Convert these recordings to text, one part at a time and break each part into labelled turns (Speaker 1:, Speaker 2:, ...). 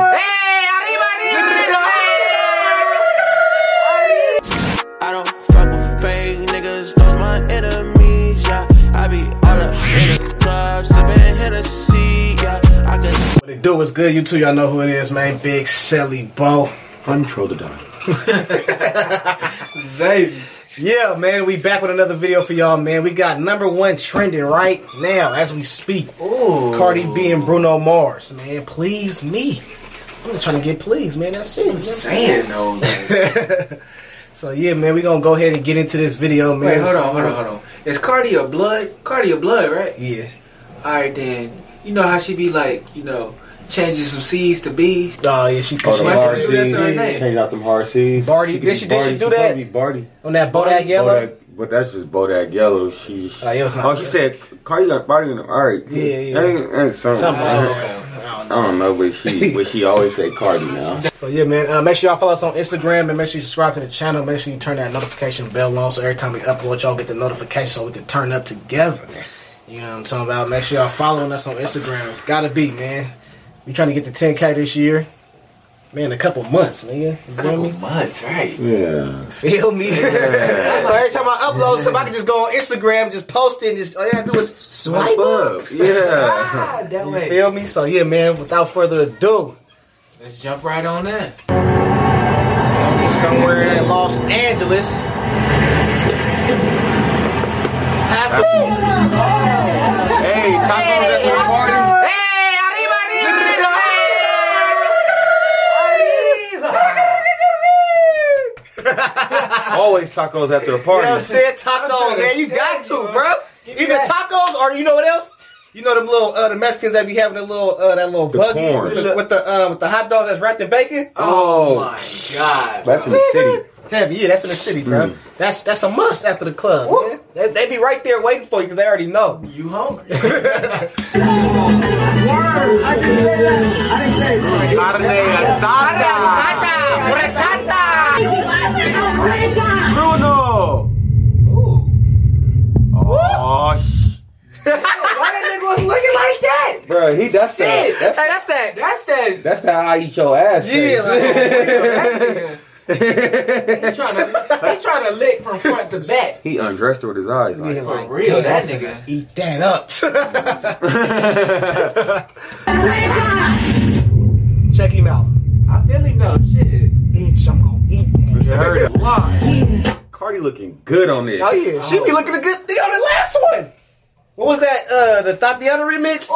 Speaker 1: ¡Eh, do? What's good? You two, y'all know who it is, man. Big Sally Bo.
Speaker 2: Untroll the dime.
Speaker 3: Zay.
Speaker 1: Yeah, man, we back with another video for y'all, man. We got number one trending right now as we speak.
Speaker 3: Ooh.
Speaker 1: Cardi B and Bruno Mars, man. Please me. I'm just trying to get pleased, man. That's it. You know what I'm
Speaker 3: Saying though. like-
Speaker 1: saying? so yeah, man, we gonna go ahead and get into this video, man.
Speaker 3: Wait, hold on, hold on, hold on. Is Cardi a blood? Cardi a blood, right?
Speaker 1: Yeah.
Speaker 3: Alright then. You know how she be like, you know, changing some C's to B's?
Speaker 1: Oh yeah, she
Speaker 2: All
Speaker 1: cause
Speaker 2: them
Speaker 1: she
Speaker 3: Somebody
Speaker 2: hard
Speaker 3: should do that
Speaker 2: Cs.
Speaker 3: to her name.
Speaker 2: Change out them hard Cs.
Speaker 1: Barty- did
Speaker 2: could
Speaker 1: she-
Speaker 2: be
Speaker 1: did she
Speaker 2: Barty.
Speaker 1: do
Speaker 2: could
Speaker 1: that?
Speaker 2: be Barty.
Speaker 1: on that Bodak Yellow.
Speaker 2: Bodak, but that's just Bodak Yellow. She.
Speaker 1: Oh, yeah, it's not
Speaker 2: oh she
Speaker 1: Bodak.
Speaker 2: said Cardi got Barty in them. All right.
Speaker 1: Yeah, yeah.
Speaker 2: That ain't, that ain't something.
Speaker 1: Something.
Speaker 2: I,
Speaker 1: I
Speaker 2: heard-
Speaker 1: don't know.
Speaker 2: I don't know, but she, but she always say Cardi now.
Speaker 1: So yeah, man. Uh, make sure y'all follow us on Instagram and make sure you subscribe to the channel. Make sure you turn that notification bell on so every time we upload, y'all get the notification so we can turn up together. You know what I'm talking about? Make sure y'all following us on Instagram. Gotta be, man. We trying to get to 10k this year. Man, a couple months, nigga. You feel
Speaker 3: Couple
Speaker 1: me?
Speaker 3: months, right?
Speaker 2: Yeah.
Speaker 1: Feel me? so every time I upload somebody can just go on Instagram, just post it, and just all you gotta do is swipe up.
Speaker 2: Yeah.
Speaker 3: Ah, that way.
Speaker 1: Feel me? So yeah, man. Without further ado,
Speaker 3: Let's jump right on that.
Speaker 1: somewhere in Los Angeles. After-
Speaker 2: Hey, Taco's at the party.
Speaker 1: Hey, arriba, arriba,
Speaker 2: Always tacos after a
Speaker 1: You know what I'm
Speaker 2: party.
Speaker 1: saying? Tacos, man. You got to, bro. Either tacos or you know what else? You know them little uh, the Mexicans that be having the little uh, that little
Speaker 2: The
Speaker 1: buggy
Speaker 2: corn.
Speaker 1: with the with the, uh, with the hot dog that's wrapped in bacon.
Speaker 3: Oh
Speaker 2: Oh.
Speaker 3: my god.
Speaker 2: That's in the city.
Speaker 1: Yeah, but yeah, that's in the city, bro.
Speaker 2: Mm.
Speaker 1: That's that's a must after the club. Man. They, they be right there waiting for you because they already know.
Speaker 3: You hungry?
Speaker 2: Bruno.
Speaker 3: Ooh.
Speaker 2: Oh, sh-
Speaker 3: Why that nigga was looking like that?
Speaker 2: bro, he that's that.
Speaker 3: Shit.
Speaker 2: That's
Speaker 1: Hey, that's that.
Speaker 3: That's that.
Speaker 2: that's that I eat your ass.
Speaker 1: Yeah,
Speaker 3: oh,
Speaker 2: face.
Speaker 3: He's trying to, he's trying to lick from front to back.
Speaker 2: he undressed her with his eyes. Like,
Speaker 1: Yeah, like, damn,
Speaker 3: real, that
Speaker 1: I
Speaker 3: nigga.
Speaker 1: gotta Eat that up. Check him out.
Speaker 3: I feel him though. Shit.
Speaker 1: Bitch, I'm gonna eat that.
Speaker 2: You heard it live. Cardi looking good on this.
Speaker 1: Oh yeah, she be looking a good thing on the last one. What was that? Uh, the Tatiana remix.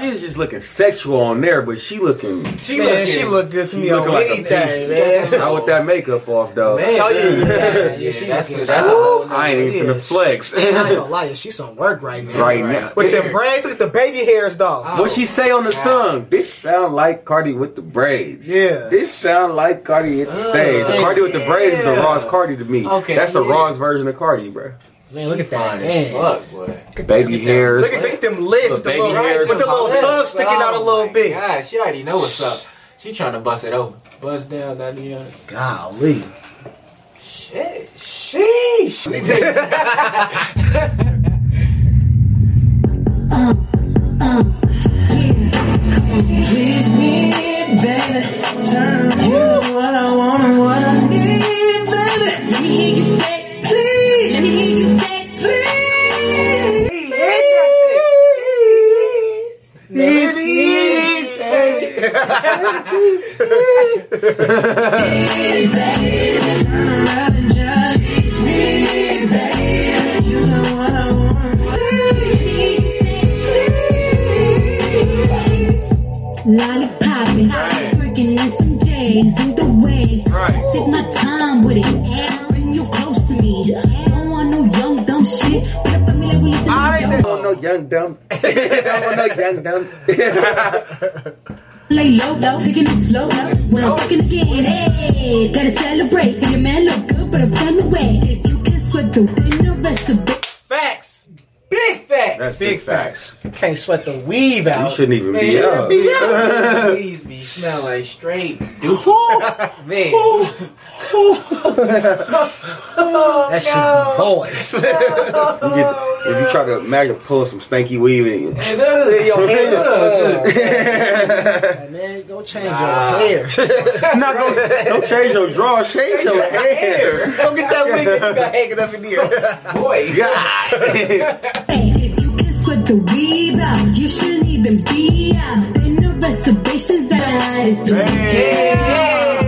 Speaker 2: She was just looking sexual on there, but she looking.
Speaker 3: She
Speaker 1: man,
Speaker 3: looking.
Speaker 1: she look good to me on
Speaker 2: looking like a
Speaker 1: anything,
Speaker 3: beast.
Speaker 1: man.
Speaker 2: Not with that makeup off, though.
Speaker 3: Man,
Speaker 1: Oh, yeah.
Speaker 3: yeah,
Speaker 1: Yeah, she
Speaker 3: that's,
Speaker 1: looking-
Speaker 3: a, that's a whole
Speaker 2: I
Speaker 3: nother-
Speaker 2: ain't even
Speaker 1: Yeah.
Speaker 2: finna flex.
Speaker 1: I ain't gonna lie, she's on work right now.
Speaker 2: right now.
Speaker 1: With them braids, look at the baby hairs, dog.
Speaker 3: Oh.
Speaker 2: What she say on the song? This sound like Cardi with the braids.
Speaker 1: Yeah.
Speaker 2: This sound like Cardi hit the stage.
Speaker 3: Uh,
Speaker 2: Cardi with the braids is the
Speaker 3: yeah.
Speaker 2: rawest Cardi to me.
Speaker 3: Okay,
Speaker 2: That's the
Speaker 3: yeah.
Speaker 2: rawest version of Cardi, bro.
Speaker 1: Man, look at that.
Speaker 3: Fine as
Speaker 1: Man.
Speaker 3: fuck, boy.
Speaker 1: Look at
Speaker 2: Baby
Speaker 1: that.
Speaker 2: hairs.
Speaker 1: Look at, look at them lips,
Speaker 2: The
Speaker 1: with the
Speaker 2: baby
Speaker 1: little,
Speaker 2: hairs
Speaker 1: with the
Speaker 2: and
Speaker 1: little
Speaker 3: lips.
Speaker 1: tongue sticking out a
Speaker 3: Oh,
Speaker 1: little
Speaker 3: my
Speaker 1: bit.
Speaker 3: God, she already know what's up. She trying to bust it open. Bust down, Danielle.
Speaker 1: Golly.
Speaker 3: Shit. Sheesh.
Speaker 1: This is
Speaker 4: Lollipopping, twerking in some J's in the way.
Speaker 2: Right.
Speaker 4: Take my time with it. Bring you close to me. Don't want no young dumb shit. Better put me like we listen to
Speaker 2: I
Speaker 4: Joe.
Speaker 2: don't want no young dumb. don't want no young dumb.
Speaker 4: Lay low, low, taking it slow, low. When I'm fucking again, hey, gotta celebrate. Think your man look good, but I'm on the way. If you can sweat the wind, the rest of it.
Speaker 1: facts.
Speaker 3: Big fat.
Speaker 2: That's big facts.
Speaker 1: You can't sweat the weave
Speaker 2: You
Speaker 1: out.
Speaker 2: shouldn't even be up.
Speaker 3: Please be smell like straight dude.
Speaker 1: Man, that shit
Speaker 3: no.
Speaker 1: boys.
Speaker 2: You get- if you try to imagine pulling some stanky weave in
Speaker 3: And then your hands
Speaker 1: Ugh.
Speaker 3: are
Speaker 1: man, go change
Speaker 3: Nah.
Speaker 1: your hair.
Speaker 2: not going don't change your draw, change your hair.
Speaker 1: Go get that wig that you got hanging up in here.
Speaker 3: boy.
Speaker 2: God.
Speaker 4: Hey, if you can sweat the weave out, you shouldn't even be out. Then the rest of it. Congratulations, I did do it.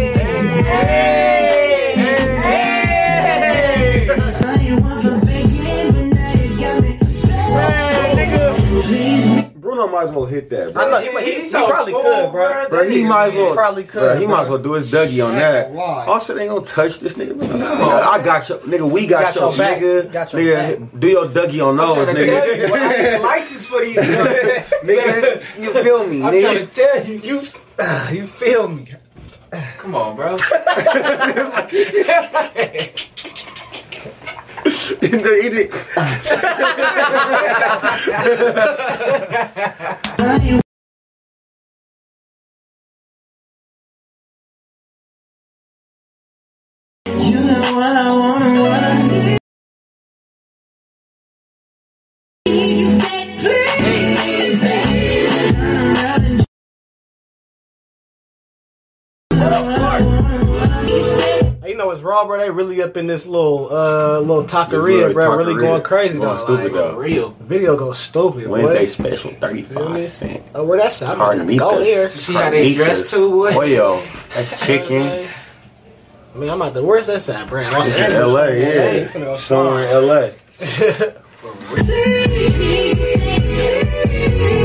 Speaker 2: Bruno might as well hit that,
Speaker 1: I know
Speaker 2: bro.
Speaker 1: he, he, he probably could, bro.
Speaker 2: Bro, he might as well.
Speaker 1: probably could,
Speaker 2: Bro, he
Speaker 1: bro.
Speaker 2: might as well do his Dougie on
Speaker 1: That's a
Speaker 2: that.
Speaker 1: lie.
Speaker 2: Offset ain't gonna touch this nigga. bro. I got your nigga. We
Speaker 1: Got
Speaker 2: got,
Speaker 1: your back.
Speaker 2: nigga.
Speaker 1: Got your
Speaker 2: nigga, do your Dougie on
Speaker 3: I'm
Speaker 2: those,
Speaker 3: trying to tell
Speaker 2: nigga.
Speaker 3: you, boy, I need a license for these. niggas.
Speaker 2: nigga, you feel me,
Speaker 3: I'm trying to
Speaker 2: nigga?
Speaker 3: tell you, you.
Speaker 1: You feel me?
Speaker 3: Come on, bro.
Speaker 2: He did- he did-
Speaker 1: Hey, You know it's raw, bro. They really up in this little uh little taqueria, bro. Really
Speaker 2: Taqueria.
Speaker 1: going crazy
Speaker 2: Going
Speaker 1: though.
Speaker 2: stupid,
Speaker 1: like,
Speaker 2: though.
Speaker 3: Real.
Speaker 1: Video goes stupid.
Speaker 2: Wednesday
Speaker 1: Boy.
Speaker 2: special, thirty-five
Speaker 1: Yeah.
Speaker 2: cent.
Speaker 1: Oh, where that's at? I'm gonna
Speaker 2: Carnitas.
Speaker 1: go there.
Speaker 3: See how they dress too, boy?
Speaker 2: Oh, yo, that's chicken.
Speaker 1: I mean, I'm out there. Where's that at, bro? Los
Speaker 2: In
Speaker 1: Angeles.
Speaker 2: LA,
Speaker 1: Hey,
Speaker 2: yeah.
Speaker 1: finna go
Speaker 2: Somewhere
Speaker 1: slide.
Speaker 2: in LA.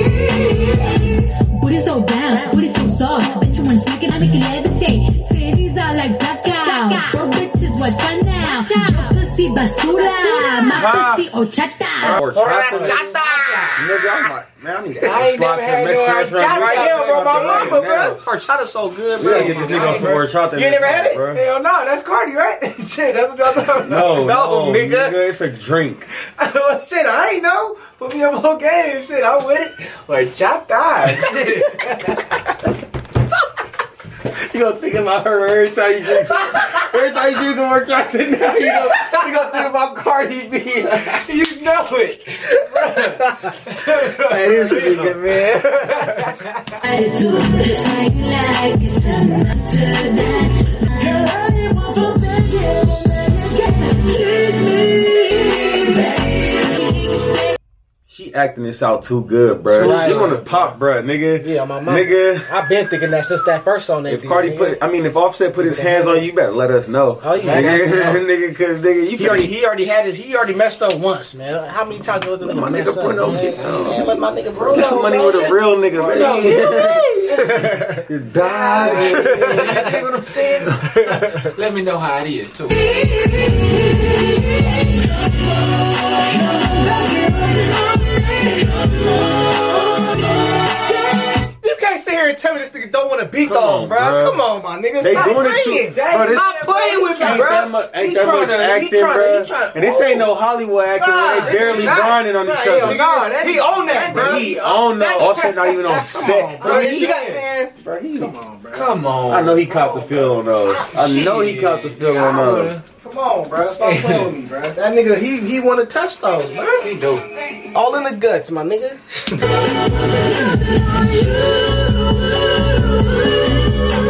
Speaker 4: What is so down? What is so soft? Bet you one second I make you levitate. Titties are like blackout. Your bitch is what fun now. Your pussy basura. My
Speaker 2: Ah.
Speaker 4: pussy ochata.
Speaker 2: Or chocolate. Nigga, I'm like, man, I need to
Speaker 3: I ain't
Speaker 2: slide
Speaker 3: never
Speaker 2: to
Speaker 3: had
Speaker 2: the
Speaker 3: no
Speaker 2: Mexican restaurant
Speaker 3: horchata.
Speaker 1: Right now, bro. My
Speaker 2: Right
Speaker 1: mama,
Speaker 2: now.
Speaker 1: bro. Horchata's so good,
Speaker 2: We
Speaker 1: bro.
Speaker 2: gotta get this nigga on some more chocolate.
Speaker 1: You ain't never had it?
Speaker 2: Bro.
Speaker 3: Hell no, that's Cardi, right? Shit, that's what y'all talking about.
Speaker 2: No,
Speaker 1: No,
Speaker 2: no,
Speaker 1: nigga.
Speaker 2: nigga. It's a drink.
Speaker 3: Shit, I ain't know. Put me up on game. Shit, I'm with it. Or chop eyes. Shit.
Speaker 2: You gonna think about her every time you drink Every time you drink the work out tonight, you gonna, you gonna think about Cardi B.
Speaker 3: you know it.
Speaker 1: Hey, this nigga, man.
Speaker 4: I do it just how you like it. so I'm not to that. Girl, you want from me, yeah.
Speaker 2: She acting this out too good, bro.
Speaker 1: Right.
Speaker 2: She wanna pop, bro, nigga.
Speaker 1: Yeah, my mama.
Speaker 2: Nigga.
Speaker 1: I've been thinking that since that first song. they
Speaker 2: If
Speaker 1: did,
Speaker 2: Cardi
Speaker 1: nigga.
Speaker 2: put, I mean, if Offset put his hands on you, you better let us know.
Speaker 1: Oh, yeah.
Speaker 2: nigga, nigga, cause nigga, you
Speaker 1: He already, he already had his, he already messed up once, man. How many times was the
Speaker 2: Let
Speaker 1: nigga
Speaker 2: my
Speaker 1: mess
Speaker 2: nigga
Speaker 1: up,
Speaker 2: Bruno
Speaker 1: man?
Speaker 2: get some.
Speaker 1: Man, Let my nigga Bruno.
Speaker 2: Get some uh, money with a real nigga, baby.
Speaker 3: You
Speaker 2: Dodge.
Speaker 3: know what I'm saying? Let me know how it is, too.
Speaker 1: You can't sit here and tell me this nigga don't want to beat
Speaker 2: Come
Speaker 1: those,
Speaker 2: on,
Speaker 1: bro.
Speaker 2: bruh.
Speaker 1: Come on, my nigga.
Speaker 2: They
Speaker 1: Stop
Speaker 2: doing it
Speaker 1: playing.
Speaker 2: too. Bro, this-
Speaker 1: Stop playing with me,
Speaker 2: Ain't
Speaker 1: bro.
Speaker 2: that much, ain't
Speaker 3: He
Speaker 2: that
Speaker 3: tryna-
Speaker 2: much
Speaker 3: he
Speaker 2: acting,
Speaker 3: tryna-
Speaker 2: bro?
Speaker 3: he tryna-
Speaker 2: and this ain't no Hollywood acting.
Speaker 1: Nah,
Speaker 2: where they
Speaker 1: Oh, this
Speaker 2: barely
Speaker 1: is not-
Speaker 2: grinding on each
Speaker 1: nah,
Speaker 2: other.
Speaker 1: hell nah,
Speaker 3: Nah,
Speaker 1: he on that,
Speaker 3: that-
Speaker 1: bro.
Speaker 2: He on that.
Speaker 1: That-
Speaker 2: Offset not even on
Speaker 1: Come
Speaker 2: set.
Speaker 1: on, bro.
Speaker 2: He-
Speaker 1: And she got,
Speaker 3: yeah.
Speaker 1: man.
Speaker 2: bro, he-
Speaker 1: Come on, bro.
Speaker 3: Come on.
Speaker 2: I know he copped the feel on those. I know he copped the feel on those.
Speaker 1: Come on, bro. Stop playing with me, bro. That nigga, he he want to touch those, bro.
Speaker 3: He do.
Speaker 1: All in the guts, my nigga.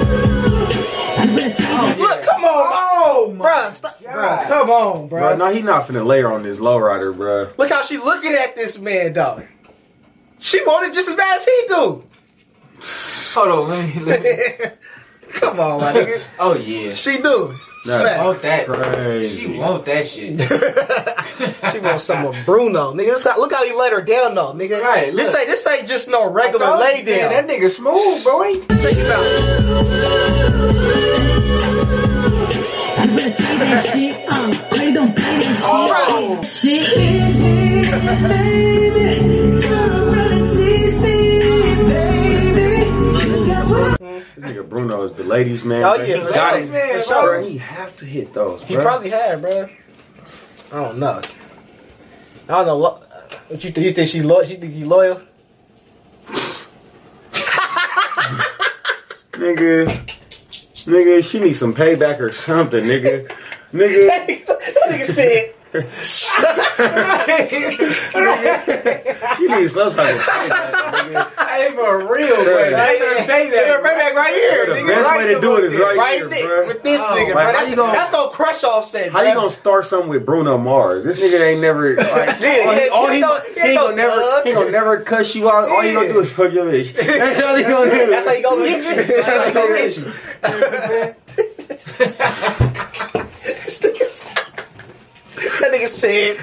Speaker 4: I'm gonna say that.
Speaker 1: Look, come on,
Speaker 3: Oh, my.
Speaker 1: bro. Stop, bro.
Speaker 3: God.
Speaker 1: Come on,
Speaker 2: Bro,
Speaker 1: bro.
Speaker 2: no, he not finna layer on this lowrider, bro.
Speaker 1: Look how she looking at this man, dog. She wanted just as bad as he do.
Speaker 3: Hold on, let me. Let me.
Speaker 1: Come on, my nigga.
Speaker 3: Oh, yeah.
Speaker 1: She do.
Speaker 2: Nah.
Speaker 1: Fact.
Speaker 3: She want that.
Speaker 2: Crazy.
Speaker 3: She want that shit.
Speaker 1: She wants some of Bruno, nigga. Look how, look how he let her down, though, nigga.
Speaker 3: Right,
Speaker 1: This
Speaker 3: look.
Speaker 1: ain't this ain't just no regular
Speaker 3: Told you,
Speaker 1: lay down.
Speaker 3: Man, that nigga smooth, bro. He
Speaker 1: Check it out.
Speaker 4: I'm gonna say that shit. Um, baby, don't play that shit.
Speaker 1: Alright.
Speaker 4: Shit. Baby, come run and tease me, baby.
Speaker 2: This nigga Bruno is the ladies man.
Speaker 1: Oh,
Speaker 2: bro.
Speaker 1: yeah,
Speaker 2: He
Speaker 1: bro.
Speaker 2: got
Speaker 3: Ladies
Speaker 2: it.
Speaker 3: man,
Speaker 2: For
Speaker 3: bro.
Speaker 2: sure. He have to hit those.
Speaker 1: He
Speaker 2: bro.
Speaker 1: probably had, bro. I don't know. I don't know. Lo- what you think? You think she loyal? She think you loyal?
Speaker 2: Nigga, nigga, she needs some payback or something, nigga. Nigga,
Speaker 1: that nigga said.
Speaker 2: You need some type of feedback, nigga.
Speaker 3: Hey, for real, man. I
Speaker 1: Right
Speaker 3: didn't say
Speaker 1: Yeah,
Speaker 3: that.
Speaker 1: right back right here,
Speaker 2: The
Speaker 1: nigga.
Speaker 2: best
Speaker 1: Right,
Speaker 2: way to do it is right,
Speaker 1: right
Speaker 2: here,
Speaker 1: there,
Speaker 2: bruh.
Speaker 1: with
Speaker 3: Oh,
Speaker 1: this nigga,
Speaker 2: like,
Speaker 1: bro.
Speaker 2: how
Speaker 1: That's,
Speaker 2: you gonna-
Speaker 1: that's no crush offset,
Speaker 2: How
Speaker 1: bruh.
Speaker 2: you gonna start something with Bruno Mars? This nigga ain't never.
Speaker 1: Yeah,
Speaker 2: Like, all he,
Speaker 1: yeah,
Speaker 2: all
Speaker 1: he
Speaker 2: he,
Speaker 1: don't-
Speaker 2: he
Speaker 1: he
Speaker 2: ain't
Speaker 1: don't
Speaker 2: gonna never, he
Speaker 1: fuck.
Speaker 2: gonna never cuss you out. All he gonna do is fuck your bitch. That's all he gonna do.
Speaker 1: That's how you gonna get you. That's how you gonna get you. This nigga- that nigga said.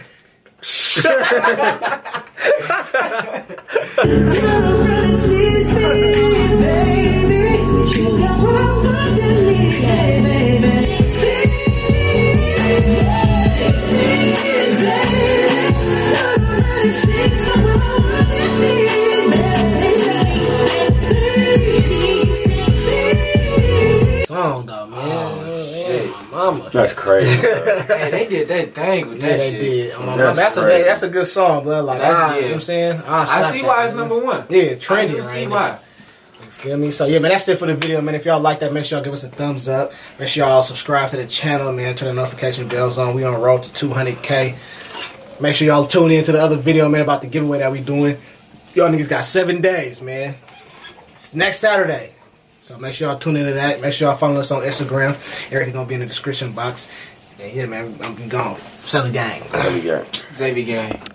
Speaker 1: Song though, man. Oh, shit. My mama.
Speaker 2: That's crazy. bro.
Speaker 3: Hey, they did that thing with
Speaker 1: Yeah,
Speaker 3: that
Speaker 1: they
Speaker 3: shit.
Speaker 1: did. Oh, my
Speaker 2: That's
Speaker 1: mama. That's, a
Speaker 2: crazy.
Speaker 1: that's a good song, but like,
Speaker 3: That's-
Speaker 1: ah, you know
Speaker 3: yeah.
Speaker 1: what I'm saying, Ah,
Speaker 3: I
Speaker 1: slap
Speaker 3: see
Speaker 1: that,
Speaker 3: why it's
Speaker 1: man.
Speaker 3: number one.
Speaker 1: Yeah,
Speaker 3: I
Speaker 1: trendy
Speaker 3: do
Speaker 1: right
Speaker 3: see
Speaker 1: now.
Speaker 3: why.
Speaker 1: Feel me? So yeah, man, that's it for the video, man. If y'all like that, make sure y'all give us a thumbs up. Make sure y'all subscribe to the channel, man. Turn the notification bells on. We on road to 200k. Make sure y'all tune in to the other video, man, about the giveaway that we doing. Y'all niggas got seven days, man. It's next Saturday. So make sure y'all tune into that. Make sure y'all follow us on Instagram. Everything gonna be in the description box. And yeah, man, I'm gone. Selling gang.
Speaker 2: There we go.
Speaker 3: Xavier game.